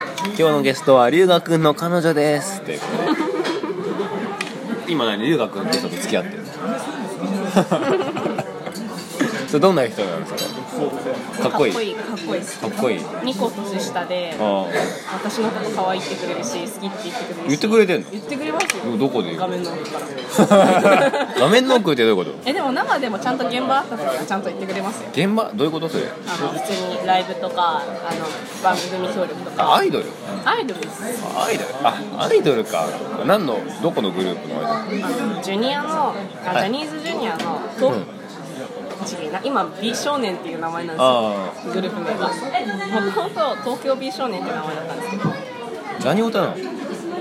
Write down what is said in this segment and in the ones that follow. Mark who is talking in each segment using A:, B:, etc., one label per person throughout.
A: 今日のゲストは龍河くんの彼女ですっていうこと で今何龍河くんって人と付き合ってる それどんな人なんですかかっこいい
B: かっこいいっす
A: かっこいい
B: 2個年下で
A: あ
B: 私のこと可愛いってくれるし好きって言ってく
A: 言ってくれ
B: れるし
A: てんの
B: 言ってくれます
A: でも
B: よ
A: どこで言う
B: 画面の奥から
A: あ画面の奥ってどういうこと
B: えでも生でもちゃんと現場あった時はちゃんと言ってくれますよ
A: 現場どういうことそれ
B: あの普通にライブとかあの番組協力と
A: あ
B: か
A: アイドル
B: アイドルです
A: あアイドルあアイドルか何のどこのグループのアイドル
B: あのジュニアのあジ
A: はい
B: ャニーズジュニアの
A: う
B: ト
A: ん
B: ップチビな今 B 少年っていう名前なんですよ
A: あ
B: グループ名がもともと東京 B 少年っていう名前だったんですけど
A: あ何歌なの
B: ジ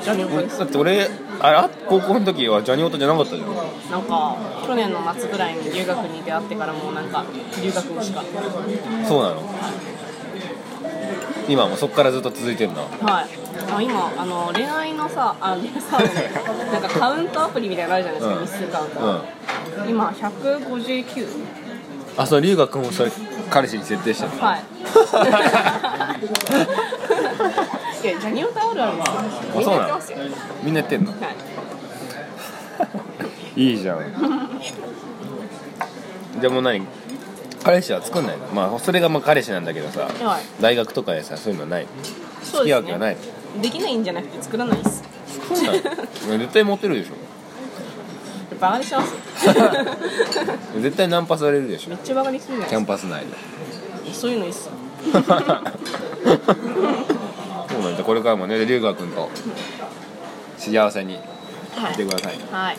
B: ャニオタです
A: だって俺あれあ高校の時はジャニオタじゃなかったじゃん
B: なんか去年の末ぐらいに留学に出会ってからもうなんか留学にしか
A: そうなの今もそっからずっと続いてんな
B: はいあ今あの恋愛のさあ恋愛サービスなんかカウントアプリみたいなのあるじゃないですか、日数カウント、
A: うん
B: 今159
A: あその龍河君もそれ彼氏に設定したの
B: はい いやジャニオタあるあるですよみんなやってますよはい
A: みんなやってんのいいじゃんじゃあもう何彼氏は作んないのまあそれがまあ彼氏なんだけどさ
B: はい
A: 大学とかでさそういうのはない
B: そ
A: 付
B: う
A: き
B: で
A: 合う
B: す
A: 気は ない
B: ねできないんじゃなくて作らないっす
A: 作んない絶対モテるでしょ
B: バカに しますよ
A: 絶対ナンパされるでし
B: め
A: ょ
B: っちゃバカにするんじ
A: キ
B: ゃ
A: ャ
B: な
A: ン
B: い
A: パス 内で
B: ですかそういうのいいっすよ
A: そうなんだこれからもね龍河君と幸せに
B: は
A: して
B: い
A: くださいね
B: はい